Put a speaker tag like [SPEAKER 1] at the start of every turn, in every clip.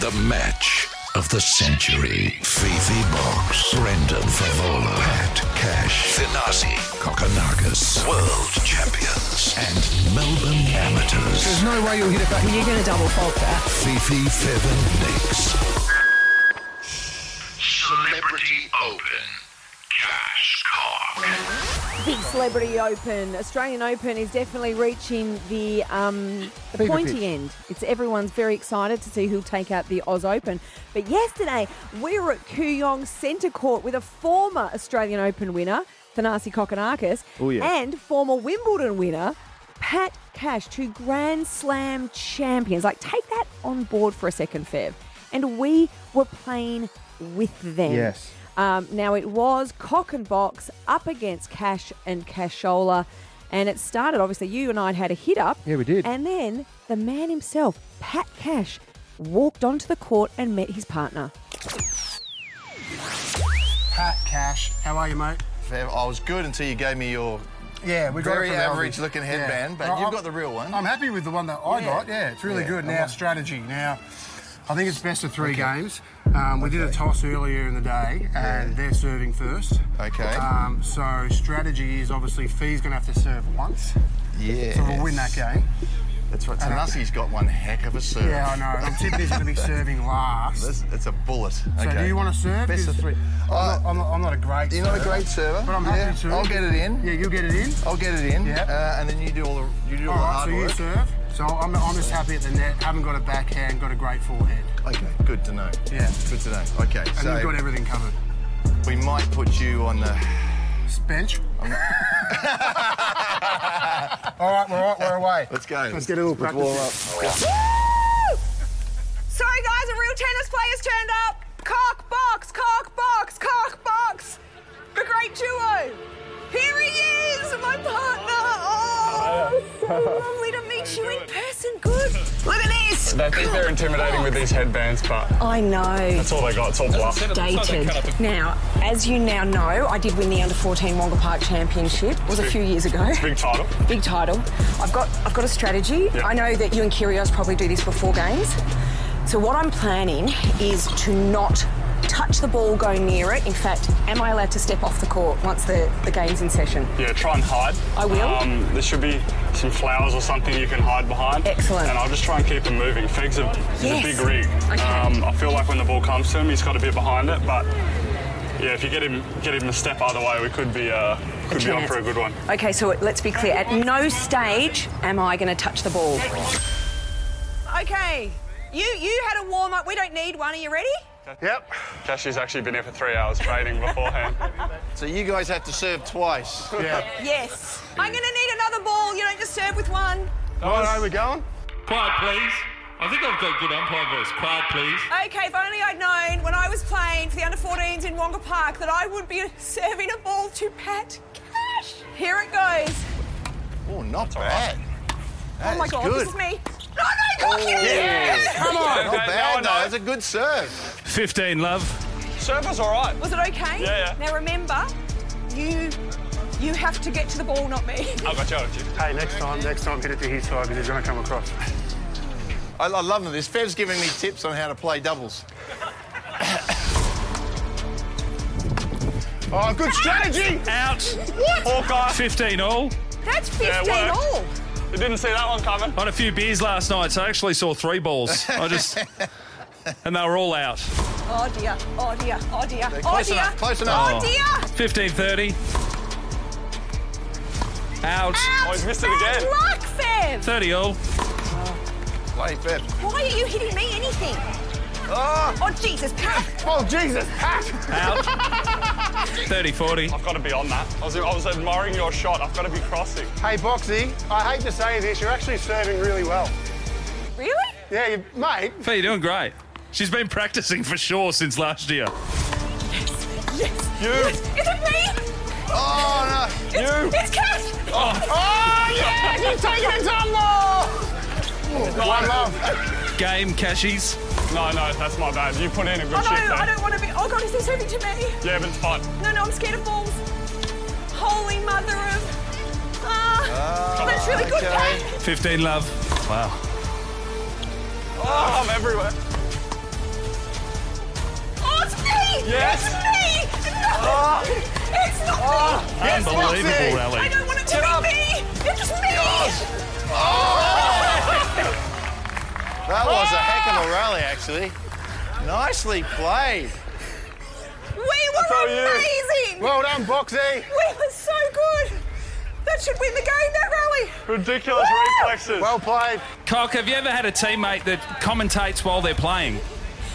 [SPEAKER 1] The match of the century. Fifi Box, Brendan Favola, Pat Cash, Thanasi Kokonakis, world champions, and Melbourne amateurs.
[SPEAKER 2] There's no way you'll hit it back.
[SPEAKER 3] You're going to double fault that.
[SPEAKER 1] Fifi Feather Nicks.
[SPEAKER 4] Celebrity Open. Cash Cock.
[SPEAKER 3] Big Celebrity Open, Australian Open is definitely reaching the um, the
[SPEAKER 2] Fever
[SPEAKER 3] pointy
[SPEAKER 2] pitch.
[SPEAKER 3] end. It's everyone's very excited to see who'll take out the Oz Open. But yesterday we were at Kooyong Centre Court with a former Australian Open winner, Thanasi Kokonakis,
[SPEAKER 2] Oh, yeah.
[SPEAKER 3] and former Wimbledon winner. Pat Cash, two Grand Slam champions. Like, take that on board for a second, Fev. And we were playing with them.
[SPEAKER 2] Yes.
[SPEAKER 3] Um, now it was cock and box up against Cash and Cashola, and it started obviously. You and I had had a hit up.
[SPEAKER 2] Yeah, we did.
[SPEAKER 3] And then the man himself, Pat Cash, walked onto the court and met his partner.
[SPEAKER 5] Pat Cash, how are you, mate?
[SPEAKER 6] I was good until you gave me your.
[SPEAKER 5] Yeah, we
[SPEAKER 6] Very
[SPEAKER 5] got it from
[SPEAKER 6] average
[SPEAKER 5] Aldi.
[SPEAKER 6] looking headband, but
[SPEAKER 5] Well,
[SPEAKER 6] you've
[SPEAKER 5] I'm-
[SPEAKER 6] got the real one.
[SPEAKER 5] I'm happy with the one that I
[SPEAKER 6] Yeah.
[SPEAKER 5] got. Yeah, it's really
[SPEAKER 6] Yeah,
[SPEAKER 5] good.
[SPEAKER 6] I
[SPEAKER 5] Now
[SPEAKER 6] want-
[SPEAKER 5] strategy. Now, I think it's best of three games. Um, we did a toss earlier in the day, and they're serving first.
[SPEAKER 6] Okay.
[SPEAKER 5] Um, so strategy is obviously Fee's going to have to serve once,
[SPEAKER 6] Yeah.
[SPEAKER 5] so we'll win that game.
[SPEAKER 6] That's right. Tanasi's got one heck of a serve.
[SPEAKER 5] Yeah, I know. I'm tipping he's going to be serving last.
[SPEAKER 6] That's, that's a bullet.
[SPEAKER 5] So
[SPEAKER 6] okay.
[SPEAKER 5] do you want to serve?
[SPEAKER 6] Best of
[SPEAKER 5] 'Cause
[SPEAKER 6] three.
[SPEAKER 5] I'm,
[SPEAKER 6] Uh,
[SPEAKER 5] not, I'm, not, I'm not a great.
[SPEAKER 6] you're not a
[SPEAKER 5] server,
[SPEAKER 6] great server,
[SPEAKER 5] But I'm happy
[SPEAKER 6] yeah.
[SPEAKER 5] to.
[SPEAKER 6] I'll get it in.
[SPEAKER 5] Yeah, you get it in.
[SPEAKER 6] I'll get it in,
[SPEAKER 5] Yeah.
[SPEAKER 6] uh, and then you do all the you do all,
[SPEAKER 5] All right, so
[SPEAKER 6] the hard
[SPEAKER 5] you
[SPEAKER 6] work.
[SPEAKER 5] serve. So I'm, I'm just happy at the net. Haven't got a backhand. Got a great forehand.
[SPEAKER 6] Okay, good to know.
[SPEAKER 5] Yeah.
[SPEAKER 6] good to know. Okay,
[SPEAKER 5] And
[SPEAKER 6] so
[SPEAKER 5] you've got everything covered.
[SPEAKER 6] we might put you on the.
[SPEAKER 5] Bench. all right, we're, all, we're away.
[SPEAKER 6] Let's go.
[SPEAKER 5] Let's get it all
[SPEAKER 6] Let's
[SPEAKER 5] practice.
[SPEAKER 6] warm up.
[SPEAKER 3] Sorry, guys, a real tennis player's turned up. Cock box, cock box, cock box. The great duo. Here he is, my partner. Oh, so lovely to meet you in person. Good. Look at this.
[SPEAKER 7] They think they're intimidating with these headbands, but
[SPEAKER 8] I know,
[SPEAKER 7] that's all they got. It's all bluff.
[SPEAKER 8] dated. Now, as you now know, I did win the under 14 Wonga Park Championship. It was a few years ago.
[SPEAKER 7] Big title.
[SPEAKER 8] Big title. I've got I've got a strategy.
[SPEAKER 7] Yeah.
[SPEAKER 8] I know that you and Kyrgios probably do this before games. So what I'm planning is to not touch the ball, go near it. In fact, am I allowed to step off the court once the, the game's in session?
[SPEAKER 7] Yeah, try and hide.
[SPEAKER 8] I will.
[SPEAKER 7] Um, there should be some flowers or something you can hide behind.
[SPEAKER 8] Excellent.
[SPEAKER 7] And I'll just try and keep him moving. Feg's a, he's
[SPEAKER 8] Yes.
[SPEAKER 7] a big rig.
[SPEAKER 8] Okay.
[SPEAKER 7] Um, I feel like when the ball comes to him, he's got a bit behind it, but yeah, if you get him get him a step either way, we could be uh, could be on
[SPEAKER 8] chance.
[SPEAKER 7] for a good one.
[SPEAKER 8] Okay, so let's be clear. At no stage am I going to touch the ball.
[SPEAKER 3] Okay. You you had a warm up. We don't need one. Are you ready?
[SPEAKER 7] Yep. Cashy's actually been here for three hours training beforehand.
[SPEAKER 6] So you guys have to serve twice.
[SPEAKER 3] Yes. I'm gonna need another ball. You don't just serve with one.
[SPEAKER 6] Right, Oh, we're going.
[SPEAKER 9] Quiet, please. I think I've got good umpire voice. Quiet, please.
[SPEAKER 3] Okay, if only I'd known when I was playing for the under 14s in Wonga Park that I would be serving a ball to Pat Cash. Here it goes.
[SPEAKER 6] Oh, not bad.
[SPEAKER 3] oh my god,
[SPEAKER 6] good.
[SPEAKER 3] this is me. No, no, cock it!
[SPEAKER 6] Come on. Not
[SPEAKER 7] Okay, now I
[SPEAKER 6] bad, though.
[SPEAKER 7] know.
[SPEAKER 6] That's a good serve.
[SPEAKER 9] 15, love.
[SPEAKER 7] Server's all right.
[SPEAKER 3] Was it okay?
[SPEAKER 7] Yeah, yeah.
[SPEAKER 3] Now remember, you you have to get to the ball, not me.
[SPEAKER 7] I got you. I got you.
[SPEAKER 5] Hey, next time, next time, hit it to his side because he's going to come across.
[SPEAKER 6] I, I love this. Fev's giving me tips on how to play doubles. oh, good strategy.
[SPEAKER 9] Out.
[SPEAKER 7] Hawkeye.
[SPEAKER 9] 15 all.
[SPEAKER 3] That's 15
[SPEAKER 7] Yeah, it worked.
[SPEAKER 3] all.
[SPEAKER 7] You didn't see that one coming.
[SPEAKER 9] I had a few beers last night, so I actually saw three balls. I just. And they were all out.
[SPEAKER 3] Oh dear, oh dear, oh dear, oh
[SPEAKER 6] close
[SPEAKER 3] dear.
[SPEAKER 6] enough, close
[SPEAKER 3] Oh
[SPEAKER 6] enough.
[SPEAKER 3] dear!
[SPEAKER 9] 15 30.
[SPEAKER 3] Out.
[SPEAKER 9] Out.
[SPEAKER 7] Oh, he's missed it
[SPEAKER 3] Bad
[SPEAKER 7] again.
[SPEAKER 3] luck, Fev.
[SPEAKER 9] 30 all.
[SPEAKER 6] Play Fev.
[SPEAKER 3] Why are you hitting me anything?
[SPEAKER 6] Oh,
[SPEAKER 3] Oh, Jesus, Pat.
[SPEAKER 6] oh, Jesus, Pat.
[SPEAKER 9] Out. 30 40.
[SPEAKER 7] I've got to be on that. I was, I was admiring your shot. I've got to be crossing.
[SPEAKER 5] Hey, Boxy, I hate to say this, you're actually serving really well.
[SPEAKER 3] Really?
[SPEAKER 5] Yeah, you, mate.
[SPEAKER 9] Fee, you're doing great. She's been practicing for sure since last year.
[SPEAKER 3] Yes.
[SPEAKER 7] You.
[SPEAKER 3] Yes. Is it me?
[SPEAKER 6] Oh, no.
[SPEAKER 3] It's,
[SPEAKER 7] You.
[SPEAKER 3] It's Cash.
[SPEAKER 7] Oh, yeah! You've taken a tumble!
[SPEAKER 5] One love.
[SPEAKER 9] Game, Cashies.
[SPEAKER 7] No, no, that's my bad. You put in a good
[SPEAKER 3] Oh
[SPEAKER 7] shift
[SPEAKER 3] no,
[SPEAKER 7] there.
[SPEAKER 3] I don't want to be. Oh god, is this happening to me?
[SPEAKER 7] Yeah, but it's fine.
[SPEAKER 3] No, no, I'm scared of balls. Holy mother of. Ah,
[SPEAKER 7] Oh,
[SPEAKER 3] that's really good,
[SPEAKER 6] okay.
[SPEAKER 3] Pat.
[SPEAKER 9] 15 love. Wow.
[SPEAKER 7] Oh, I'm everywhere.
[SPEAKER 3] Oh,
[SPEAKER 7] Oh.
[SPEAKER 10] It's not me!
[SPEAKER 6] Yes,
[SPEAKER 9] Unbelievable,
[SPEAKER 6] Roxy!
[SPEAKER 10] I
[SPEAKER 9] Ellie.
[SPEAKER 10] don't want it to be me! It's me!
[SPEAKER 6] That was a heck of a rally, actually. Nicely played.
[SPEAKER 10] We were
[SPEAKER 6] all you.
[SPEAKER 10] amazing!
[SPEAKER 6] Well done, Boxy.
[SPEAKER 10] We were so good! That should win the game, that rally!
[SPEAKER 7] Ridiculous reflexes.
[SPEAKER 6] Well played.
[SPEAKER 9] Cock, have you ever had a teammate that commentates while they're playing?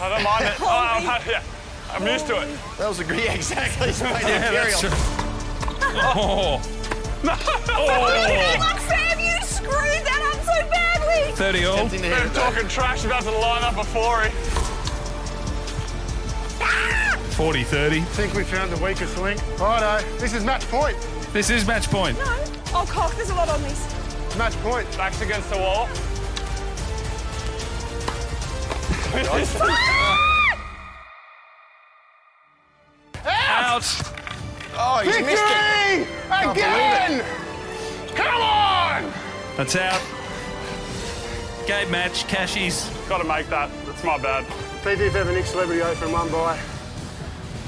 [SPEAKER 7] I don't mind it. Oh, I'm, yeah, I'm used to it.
[SPEAKER 6] That was a great, yeah, exactly. It's made
[SPEAKER 9] Yeah,
[SPEAKER 6] it
[SPEAKER 9] that's
[SPEAKER 6] material.
[SPEAKER 9] true. Oh. oh.
[SPEAKER 10] Like, Sam, you screwed that up so badly!
[SPEAKER 9] 30 all.
[SPEAKER 6] Tempting to hit
[SPEAKER 7] Been
[SPEAKER 6] it, though.
[SPEAKER 7] talking trash about the lineup before. eh?
[SPEAKER 9] 40 30.
[SPEAKER 11] I think we found the weakest link.
[SPEAKER 6] Righto, this is match point.
[SPEAKER 9] This is match point.
[SPEAKER 10] No. Oh, cock, there's a lot on this.
[SPEAKER 6] Match point.
[SPEAKER 7] Backs against the wall.
[SPEAKER 9] Out.
[SPEAKER 6] Oh, he's missed it.
[SPEAKER 11] Victory! Again!
[SPEAKER 7] Come on!
[SPEAKER 9] That's out. Game match, cashies.
[SPEAKER 7] Gotta make that. That's my bad.
[SPEAKER 11] PV Vevenick Celebrity Open run by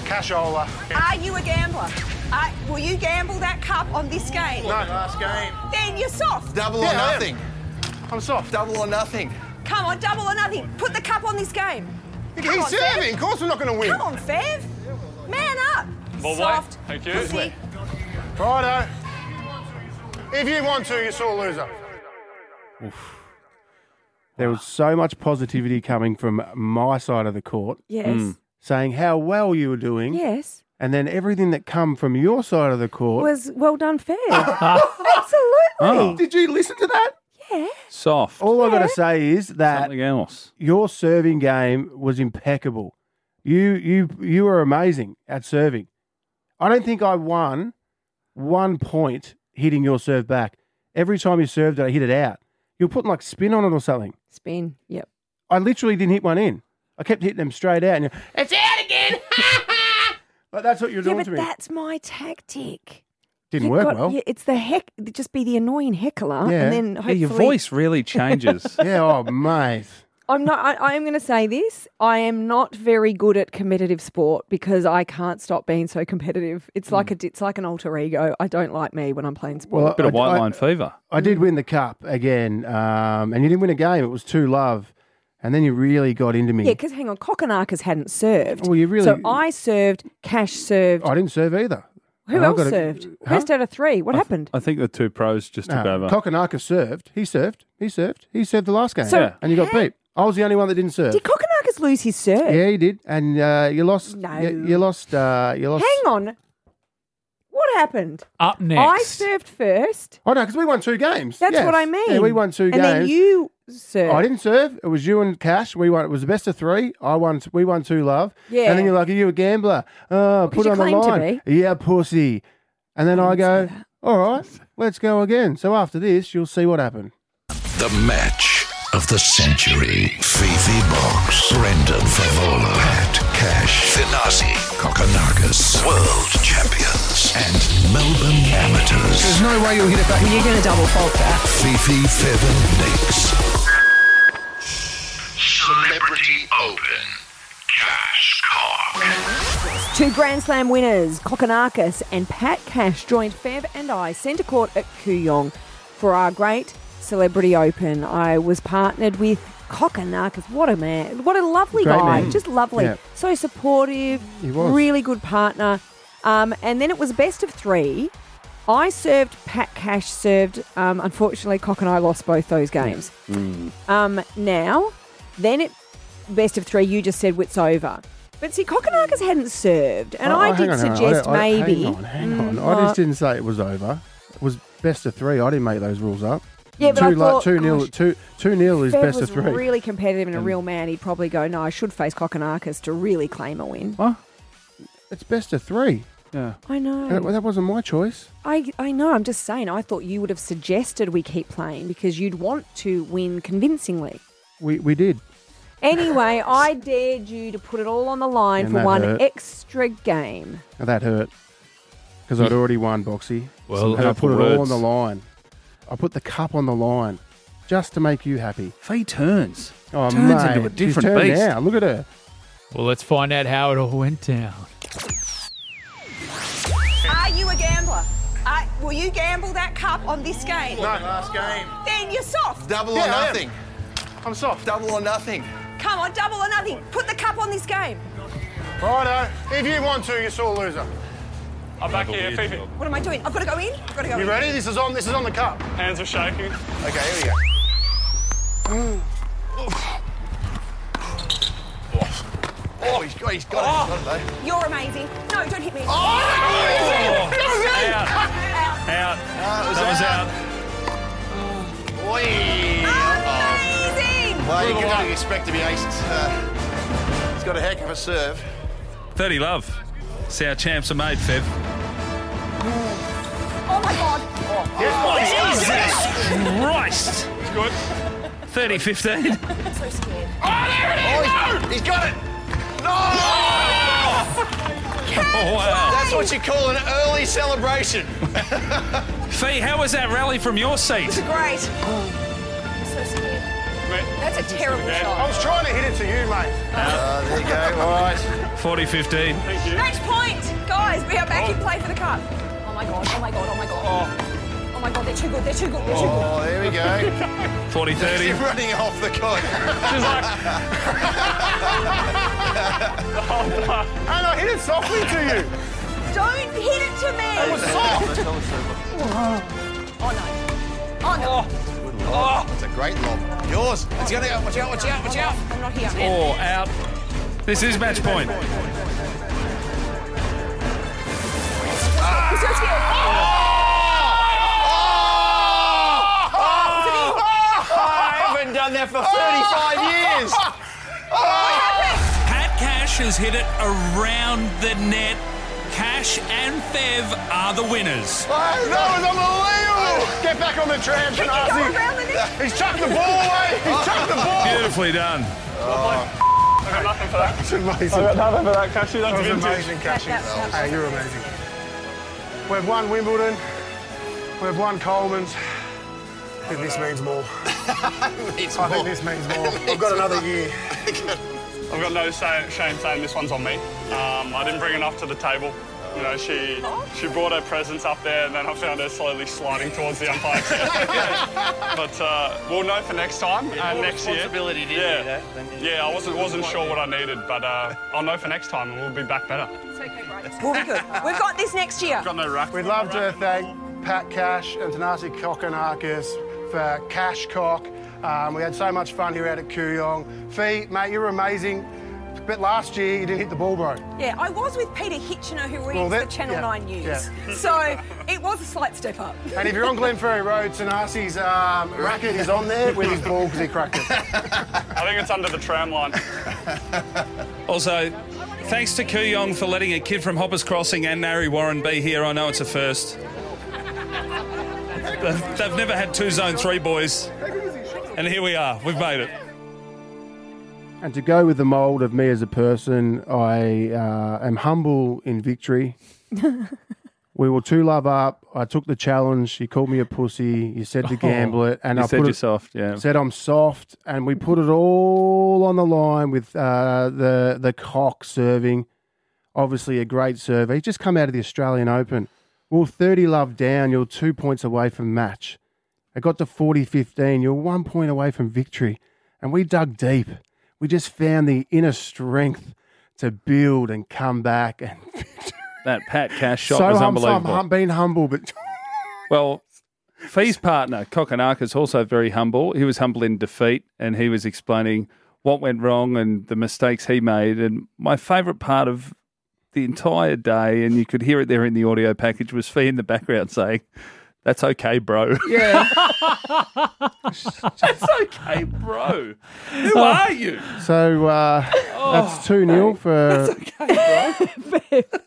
[SPEAKER 11] Cashola.
[SPEAKER 10] Are you a gambler? Are, will you gamble that cup on this game?
[SPEAKER 6] Last game.
[SPEAKER 10] Then you're soft.
[SPEAKER 6] Double
[SPEAKER 11] Yeah,
[SPEAKER 6] or
[SPEAKER 11] I am.
[SPEAKER 6] nothing.
[SPEAKER 11] I'm soft.
[SPEAKER 6] Double or nothing.
[SPEAKER 10] Come on, double or nothing. Put the cup on this game. Come
[SPEAKER 11] He's
[SPEAKER 10] on, Fev.
[SPEAKER 11] serving. Of course we're not going to win.
[SPEAKER 10] Come on, Fev. Man up.
[SPEAKER 7] Ball play.
[SPEAKER 10] soft.
[SPEAKER 7] Thank you.
[SPEAKER 10] Pussy.
[SPEAKER 11] Righto. If you want to, you're sore loser.
[SPEAKER 2] There was so much positivity coming from my side of the court, Mm.
[SPEAKER 3] Yes.
[SPEAKER 2] saying how well you were doing,
[SPEAKER 3] Yes.
[SPEAKER 2] and then everything that come from your side of the court.
[SPEAKER 3] Was well done, fair. Absolutely.
[SPEAKER 2] Did you listen to that?
[SPEAKER 9] Soft.
[SPEAKER 2] All I got to say is that
[SPEAKER 9] Something else.
[SPEAKER 2] your serving game was impeccable. You you you were amazing at serving. I don't think I won one point hitting your serve back. Every time you served it, I hit it out. You're putting like spin on it or something.
[SPEAKER 3] Spin. Yep.
[SPEAKER 2] I literally didn't hit one in. I kept hitting them straight out, and you're, it's out again. like that's what you're
[SPEAKER 3] Yeah,
[SPEAKER 2] doing
[SPEAKER 3] but
[SPEAKER 2] to me.
[SPEAKER 3] that's my tactic.
[SPEAKER 2] didn't
[SPEAKER 3] You've
[SPEAKER 2] work
[SPEAKER 3] got-
[SPEAKER 2] well.
[SPEAKER 3] yeah, it's the heck. Just be the annoying heckler,
[SPEAKER 2] Yeah.
[SPEAKER 3] and then
[SPEAKER 9] Yeah,
[SPEAKER 3] hopefully
[SPEAKER 9] your voice really changes.
[SPEAKER 2] yeah, oh mate.
[SPEAKER 3] I'm not. I, I am going to say this. I am not very good at competitive sport because I can't stop being so competitive. It's like a. It's like an alter ego. I don't like me when I'm playing sport.
[SPEAKER 2] Hmm. Well,
[SPEAKER 9] Bit of
[SPEAKER 2] I-
[SPEAKER 9] white
[SPEAKER 2] I-
[SPEAKER 9] line fever.
[SPEAKER 2] I did win the cup again, um, and you didn't win a game. It was two love, and then you really got into me.
[SPEAKER 3] yeah, because hang on, Kokonakis hadn't served.
[SPEAKER 2] Well, you really-
[SPEAKER 3] So I served. Cash served.
[SPEAKER 2] I didn't serve either.
[SPEAKER 3] Who
[SPEAKER 2] I
[SPEAKER 3] else
[SPEAKER 2] got a-
[SPEAKER 3] served?
[SPEAKER 2] Huh?
[SPEAKER 3] Best out of three. What happened?
[SPEAKER 9] I think the two pros just
[SPEAKER 2] No, Kokonaka served. He served. He served. He served the last game.
[SPEAKER 3] So- Yeah.
[SPEAKER 2] and you got beat. I was the only one that didn't serve.
[SPEAKER 3] Did Kokonakis lose his serve?
[SPEAKER 2] yeah, he did, and uh, you lost.
[SPEAKER 3] No.
[SPEAKER 2] You, you lost. Uh, you lost.
[SPEAKER 3] Hang on. What happened?
[SPEAKER 12] Up next.
[SPEAKER 3] I served first.
[SPEAKER 2] Oh no, because we won two games.
[SPEAKER 3] That's
[SPEAKER 2] Yes.
[SPEAKER 3] what I mean.
[SPEAKER 2] Yeah, we won two
[SPEAKER 3] and
[SPEAKER 2] games.
[SPEAKER 3] then you served.
[SPEAKER 2] I didn't serve. It was you and Cash. We won. It was the best of three. I won. We won two love.
[SPEAKER 3] Yeah.
[SPEAKER 2] And then you're like, "Are you a gambler? Uh, put
[SPEAKER 3] you
[SPEAKER 2] on the
[SPEAKER 3] claim to
[SPEAKER 2] line." Yeah, pussy. And then I, go, "All right, let's go again." So after this, you'll see what happened.
[SPEAKER 1] The match of the century. Fifi Box, Brendan Favola, Pat Cash, Finazzi, Kokonakis, world champions, and Melbourne amateurs.
[SPEAKER 11] no way you'll hit it back.
[SPEAKER 13] You're going to double fault that.
[SPEAKER 1] Fifi Feather Nicks.
[SPEAKER 14] Celebrity Open. Cash Cock.
[SPEAKER 3] Two Grand Slam winners, Kokonakis and Pat Cash, joined Fev and I centre court at Kooyong for our great Celebrity Open. I was partnered with Kokonakis. What a man. What a lovely
[SPEAKER 2] Great
[SPEAKER 3] guy.
[SPEAKER 2] man.
[SPEAKER 3] Just lovely.
[SPEAKER 2] Yeah.
[SPEAKER 3] So supportive.
[SPEAKER 2] He was.
[SPEAKER 3] Really good partner. Um, and then it was best of three. I served, Pat Cash served. Um, unfortunately, Cock and I lost both those games.
[SPEAKER 2] Mm.
[SPEAKER 3] Um, now, then it best of three. You just said wits over, but see, Kokonakis hadn't served, and
[SPEAKER 2] Oh,
[SPEAKER 3] I
[SPEAKER 2] hang
[SPEAKER 3] did
[SPEAKER 2] on, hang on.
[SPEAKER 3] suggest
[SPEAKER 2] I- I-
[SPEAKER 3] maybe.
[SPEAKER 2] Hang on, hang on.
[SPEAKER 3] Mm,
[SPEAKER 2] I
[SPEAKER 3] what?
[SPEAKER 2] just didn't say it was over. It was best of three. I didn't make those rules up.
[SPEAKER 3] Yeah, but
[SPEAKER 2] two,
[SPEAKER 3] I
[SPEAKER 2] like,
[SPEAKER 3] thought,
[SPEAKER 2] two nil.
[SPEAKER 3] gosh,
[SPEAKER 2] Two two nil is
[SPEAKER 3] Fev
[SPEAKER 2] best
[SPEAKER 3] was
[SPEAKER 2] of three.
[SPEAKER 3] really competitive and a real man. He'd probably go, "No, I should face Kokonakis to really claim a win."
[SPEAKER 2] it's best of three.
[SPEAKER 3] I
[SPEAKER 2] That,
[SPEAKER 3] know.
[SPEAKER 2] that wasn't my choice.
[SPEAKER 3] I, I know. I'm just saying. I thought you would have suggested we keep playing because you'd want to win convincingly.
[SPEAKER 2] We we did.
[SPEAKER 3] Anyway, I dared you to put it all on the line
[SPEAKER 2] And
[SPEAKER 3] for
[SPEAKER 2] that
[SPEAKER 3] one
[SPEAKER 2] hurt.
[SPEAKER 3] extra game.
[SPEAKER 2] And That hurt because I'd already won, Boxy.
[SPEAKER 9] Well,
[SPEAKER 2] and I
[SPEAKER 9] hurtful
[SPEAKER 2] put it all on
[SPEAKER 9] words.
[SPEAKER 2] the line. I put the cup on the line just to make you happy.
[SPEAKER 9] Fee turns.
[SPEAKER 2] Oh,
[SPEAKER 9] Turns
[SPEAKER 2] mate,
[SPEAKER 9] into a
[SPEAKER 2] she's
[SPEAKER 9] different
[SPEAKER 2] turned
[SPEAKER 9] beast.
[SPEAKER 2] now. Look at her.
[SPEAKER 12] Well, let's find out how it all went down.
[SPEAKER 3] Will you gamble that cup on this game?
[SPEAKER 6] No. Last game.
[SPEAKER 3] Then you're soft.
[SPEAKER 6] Double or
[SPEAKER 3] Yeah, I am.
[SPEAKER 6] nothing. I'm soft. Double or nothing.
[SPEAKER 3] Come on, double or nothing. Put the cup on this game.
[SPEAKER 5] Righto. If you want to, you're still a loser.
[SPEAKER 7] I'm back here.
[SPEAKER 5] weird
[SPEAKER 7] Fifi.
[SPEAKER 3] What am I doing? I've got to go in. I've got to go
[SPEAKER 5] You
[SPEAKER 3] in.
[SPEAKER 5] ready? This is on. This is on the cup.
[SPEAKER 7] Hands are shaking.
[SPEAKER 6] Okay, here we go. Oh, he's got, he's got it. He's got it,
[SPEAKER 3] You're amazing. No, don't hit me.
[SPEAKER 6] Oh!
[SPEAKER 3] No, really?
[SPEAKER 6] Out.
[SPEAKER 9] Out.
[SPEAKER 6] That was
[SPEAKER 9] out.
[SPEAKER 6] though. Oi. Amazing! Well, you can only expect to be aced. Uh, he's got a heck of a serve.
[SPEAKER 9] 30 love. See how champs are made, Fev.
[SPEAKER 3] Oh my god. Oh,
[SPEAKER 9] Jesus
[SPEAKER 3] yes.
[SPEAKER 9] Christ. It's good. 30 15.
[SPEAKER 3] I'm so scared.
[SPEAKER 6] Oh, he's, he's got it! No!
[SPEAKER 9] Oh, wow.
[SPEAKER 6] That's what you call an early celebration.
[SPEAKER 9] Fee, how was that rally from your
[SPEAKER 3] It's
[SPEAKER 9] seat?
[SPEAKER 3] great. I'm so scared. That's a terrible shot.
[SPEAKER 5] I was trying to hit it to you, mate.
[SPEAKER 6] Uh, there you go. All right.
[SPEAKER 9] 40 15.
[SPEAKER 7] Thank you.
[SPEAKER 3] Match point. Guys, we are back in play for the cup. Oh my god, oh my god, oh my god. Oh my god, they're too good, they're too good, they're too good.
[SPEAKER 6] Oh, there we go.
[SPEAKER 9] 40 30.
[SPEAKER 6] He's running off the court.
[SPEAKER 7] She's like,
[SPEAKER 5] And I hit it softly to you.
[SPEAKER 3] Don't hit it to me.
[SPEAKER 5] It was soft.
[SPEAKER 3] Oh no. Oh no.
[SPEAKER 9] Oh,
[SPEAKER 6] It's a great lob. Yours. It's gonna go. Watch out! Watch out! Watch out!
[SPEAKER 3] I'm not here.
[SPEAKER 9] Oh, out. This is match point.
[SPEAKER 3] I'm so scared.
[SPEAKER 6] I haven't done that for 35 years.
[SPEAKER 15] Pat Cash has hit it around the net. Cash and Fev are the winners.
[SPEAKER 5] That was unbelievable. Get back on the tram,
[SPEAKER 3] Can you go around the net?
[SPEAKER 5] Shanazi. He's chucked the ball away.
[SPEAKER 7] Oh.
[SPEAKER 5] He's chucked the ball.
[SPEAKER 9] Beautifully done.
[SPEAKER 7] I got nothing for that.
[SPEAKER 5] It's amazing.
[SPEAKER 7] I got nothing for that, Cashew. That's
[SPEAKER 5] That was
[SPEAKER 7] vintage.
[SPEAKER 5] amazing, Cashy.
[SPEAKER 3] That- that- that
[SPEAKER 5] Hey, you're amazing. We've won Wimbledon. We've won Coleman's. I think this means more.
[SPEAKER 6] It's
[SPEAKER 5] I think
[SPEAKER 6] more.
[SPEAKER 5] this means more. I've got another year.
[SPEAKER 7] I've got no say, shame saying this one's on me. Um, I didn't bring enough to the table. You know, she
[SPEAKER 3] Oh.
[SPEAKER 7] she brought her presence up there, and then I found her slowly sliding towards the umpire. but uh, we'll know for next time and next year.
[SPEAKER 6] responsibility, didn't you,
[SPEAKER 7] Yeah,
[SPEAKER 6] though, than you-
[SPEAKER 7] yeah. I wasn't wasn't sure what I needed, but uh, I'll know for next time, and we'll be back better.
[SPEAKER 3] We'll be good. We've got this next year.
[SPEAKER 7] Got no rack.
[SPEAKER 5] We'd love to thank Pat Cash and Tanasi Kokonakis for Cash Cock. Um, we had so much fun here out at Kooyong. Fee, mate, you're amazing. But last year you didn't hit the ball, bro.
[SPEAKER 3] Yeah, I was with Peter Hitchener, who reads
[SPEAKER 5] Well, that-
[SPEAKER 3] the Channel
[SPEAKER 5] yeah,
[SPEAKER 3] 9 News.
[SPEAKER 5] yeah.
[SPEAKER 3] So it was a slight step up.
[SPEAKER 5] And if you're on Glenferrie Road, Tanasi's um, racket is on there with his ball because he cracked it.
[SPEAKER 7] I think it's under the tram line.
[SPEAKER 9] Also, thanks to Kuyong for letting a kid from Hoppers Crossing and Nari Warren be here. I know it's a first. They've they've never had two zone three boys. And here we are. We've made it.
[SPEAKER 2] And to go with the mold of me as a person, I uh, am humble in victory. we were two love up. I took the challenge. You called me a pussy. You said to gamble it, and
[SPEAKER 16] Oh, you
[SPEAKER 2] I
[SPEAKER 16] said
[SPEAKER 2] put
[SPEAKER 16] you're
[SPEAKER 2] it,
[SPEAKER 16] soft, yeah.
[SPEAKER 2] Said I'm soft, and we put it all on the line with uh, the the cock serving. Obviously, a great serve. He just come out of the Australian Open. Well, 30 love down. You're two points away from match. It got to 40 15. You're one point away from victory. And we dug deep. We just found the inner strength to build and come back. And
[SPEAKER 16] That Pat Cash shot
[SPEAKER 2] so
[SPEAKER 16] was
[SPEAKER 2] hum- so I'm
[SPEAKER 16] unbelievable.
[SPEAKER 2] hum- being humble, but
[SPEAKER 16] Well, Fee's partner, Kokonakis, also very humble. He was humble in defeat and he was explaining what went wrong and the mistakes he made. And my favourite part of the entire day, and you could hear it there in the audio package, was Fee in the background saying, That's okay, bro.
[SPEAKER 2] yeah.
[SPEAKER 16] That's okay, bro. Who are you?
[SPEAKER 2] So uh, that's 2 0 for.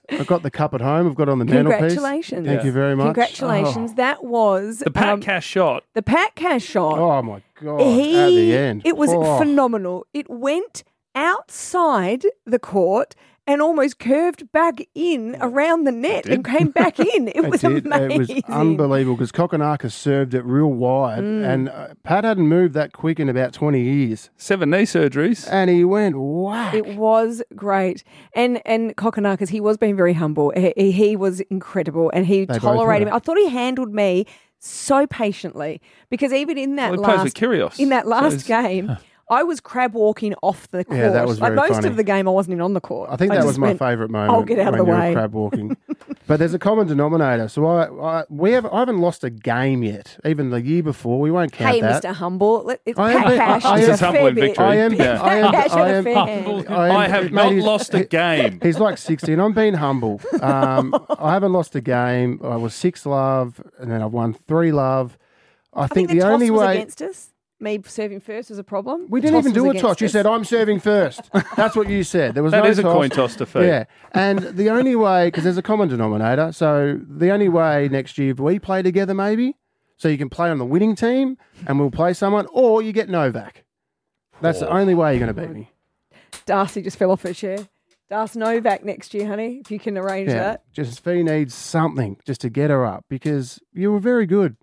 [SPEAKER 2] I've got the cup at home. I've got it on the mantelpiece.
[SPEAKER 17] Congratulations.
[SPEAKER 2] Thank you very much.
[SPEAKER 17] Congratulations. That was
[SPEAKER 16] The Pat
[SPEAKER 17] um,
[SPEAKER 16] Cash shot.
[SPEAKER 17] the Pat Cash shot.
[SPEAKER 2] Oh, oh my God.
[SPEAKER 17] he,
[SPEAKER 2] at the end.
[SPEAKER 17] It was
[SPEAKER 2] Oh.
[SPEAKER 17] phenomenal. It went outside the court
[SPEAKER 3] and almost curved back in around the net and came back in. It was
[SPEAKER 2] did.
[SPEAKER 3] amazing.
[SPEAKER 2] It was unbelievable because Kokonakis served it real wide,
[SPEAKER 3] Mm.
[SPEAKER 2] and uh, Pat hadn't moved that quick in about twenty years.
[SPEAKER 9] Seven knee surgeries,
[SPEAKER 2] and he went wow.
[SPEAKER 3] It was great. And and Kokonakis, he was being very humble. He, he was incredible and he
[SPEAKER 9] They both
[SPEAKER 3] tolerated
[SPEAKER 9] were.
[SPEAKER 3] me. I thought he handled me so patiently because even in that
[SPEAKER 9] Well, he plays with
[SPEAKER 3] last
[SPEAKER 9] Kyrgios,
[SPEAKER 3] in that
[SPEAKER 9] so
[SPEAKER 3] last
[SPEAKER 9] he's-
[SPEAKER 3] game, I was crab walking off the court.
[SPEAKER 2] Yeah, that was
[SPEAKER 3] like
[SPEAKER 2] very
[SPEAKER 3] most
[SPEAKER 2] funny.
[SPEAKER 3] of the game I wasn't even on the court.
[SPEAKER 2] I think that
[SPEAKER 3] just
[SPEAKER 2] was my
[SPEAKER 3] went,
[SPEAKER 2] favourite moment.
[SPEAKER 3] I'll get out
[SPEAKER 2] when
[SPEAKER 3] of the
[SPEAKER 2] you were
[SPEAKER 3] way.
[SPEAKER 2] crab walking. but there's a common denominator. So I, I we have I haven't lost a game yet, even the year before. We won't count
[SPEAKER 3] Hey,
[SPEAKER 2] that.
[SPEAKER 3] Mr. Humble. let- It's
[SPEAKER 2] I
[SPEAKER 3] I
[SPEAKER 2] am being-
[SPEAKER 3] cash.
[SPEAKER 2] I- I
[SPEAKER 3] It's a
[SPEAKER 2] am-
[SPEAKER 3] fair
[SPEAKER 2] humbling
[SPEAKER 3] bit.
[SPEAKER 2] victory. I am- Yeah. I am-
[SPEAKER 3] Cash and
[SPEAKER 2] I
[SPEAKER 3] a
[SPEAKER 2] am-
[SPEAKER 3] fair hand.
[SPEAKER 9] I have
[SPEAKER 2] mate,
[SPEAKER 9] not
[SPEAKER 2] he's-
[SPEAKER 9] lost a game.
[SPEAKER 2] He's like 60, and I'm being humble. Um, I haven't lost a game. I was six love, and then I've won three love. I,
[SPEAKER 3] I think the, toss
[SPEAKER 2] only
[SPEAKER 3] was
[SPEAKER 2] way
[SPEAKER 3] against us. Me serving first was a problem.
[SPEAKER 2] we didn't even do a toss. You said I'm serving first. That's what you said. There was
[SPEAKER 9] That
[SPEAKER 2] no
[SPEAKER 9] is a coin toss defeat.
[SPEAKER 2] Yeah, and the only way because there's a common denominator. So the only way next year if we play together, maybe, so you can play on the winning team, and we'll play someone, or you get Novak. That's
[SPEAKER 9] Oh.
[SPEAKER 2] the only way you're going to beat me.
[SPEAKER 3] Darcy just fell off her chair. Darcy Novak next year, honey, if you can arrange that.
[SPEAKER 2] Just Fee needs something just to get her up because you were very good.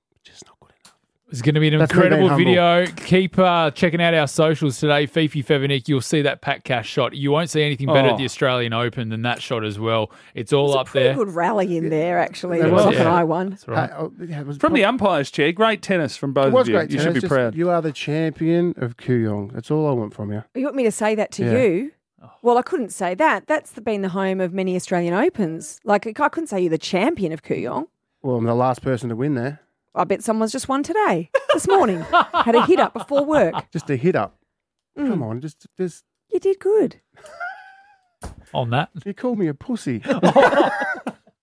[SPEAKER 12] It's going to be an
[SPEAKER 2] That's me being
[SPEAKER 12] incredible
[SPEAKER 2] humble.
[SPEAKER 12] video. Keep uh, checking out our socials today. Fifi Fevenick, you'll see that Pat Cash shot. You won't see anything better
[SPEAKER 3] Oh.
[SPEAKER 12] at the Australian Open than that shot as well. It's all up
[SPEAKER 3] Pretty
[SPEAKER 12] there.
[SPEAKER 3] good rally in there, actually.
[SPEAKER 12] There
[SPEAKER 3] It
[SPEAKER 12] was,
[SPEAKER 3] was
[SPEAKER 12] yeah.
[SPEAKER 3] an I one.
[SPEAKER 12] right.
[SPEAKER 2] Uh, oh, yeah, it was
[SPEAKER 9] From the umpire's chair, great tennis from both
[SPEAKER 2] It was
[SPEAKER 9] of you.
[SPEAKER 2] great.
[SPEAKER 9] you
[SPEAKER 2] tennis,
[SPEAKER 9] should be
[SPEAKER 2] just
[SPEAKER 9] proud.
[SPEAKER 2] You are the champion of Kuyong. That's all I want from you.
[SPEAKER 3] You want me to say that to
[SPEAKER 2] Yeah.
[SPEAKER 3] you?
[SPEAKER 12] Oh.
[SPEAKER 3] Well, I couldn't say that. That's the, been the home of many Australian Opens. Like, I couldn't say you're the champion of Kooyong.
[SPEAKER 2] Well, I'm the last person to win there.
[SPEAKER 3] I bet someone's just won today, this morning. Had a hit up before work.
[SPEAKER 2] Just a hit up.
[SPEAKER 9] Mm.
[SPEAKER 2] Come on, just just
[SPEAKER 3] You did good.
[SPEAKER 12] on that.
[SPEAKER 2] You called me a pussy.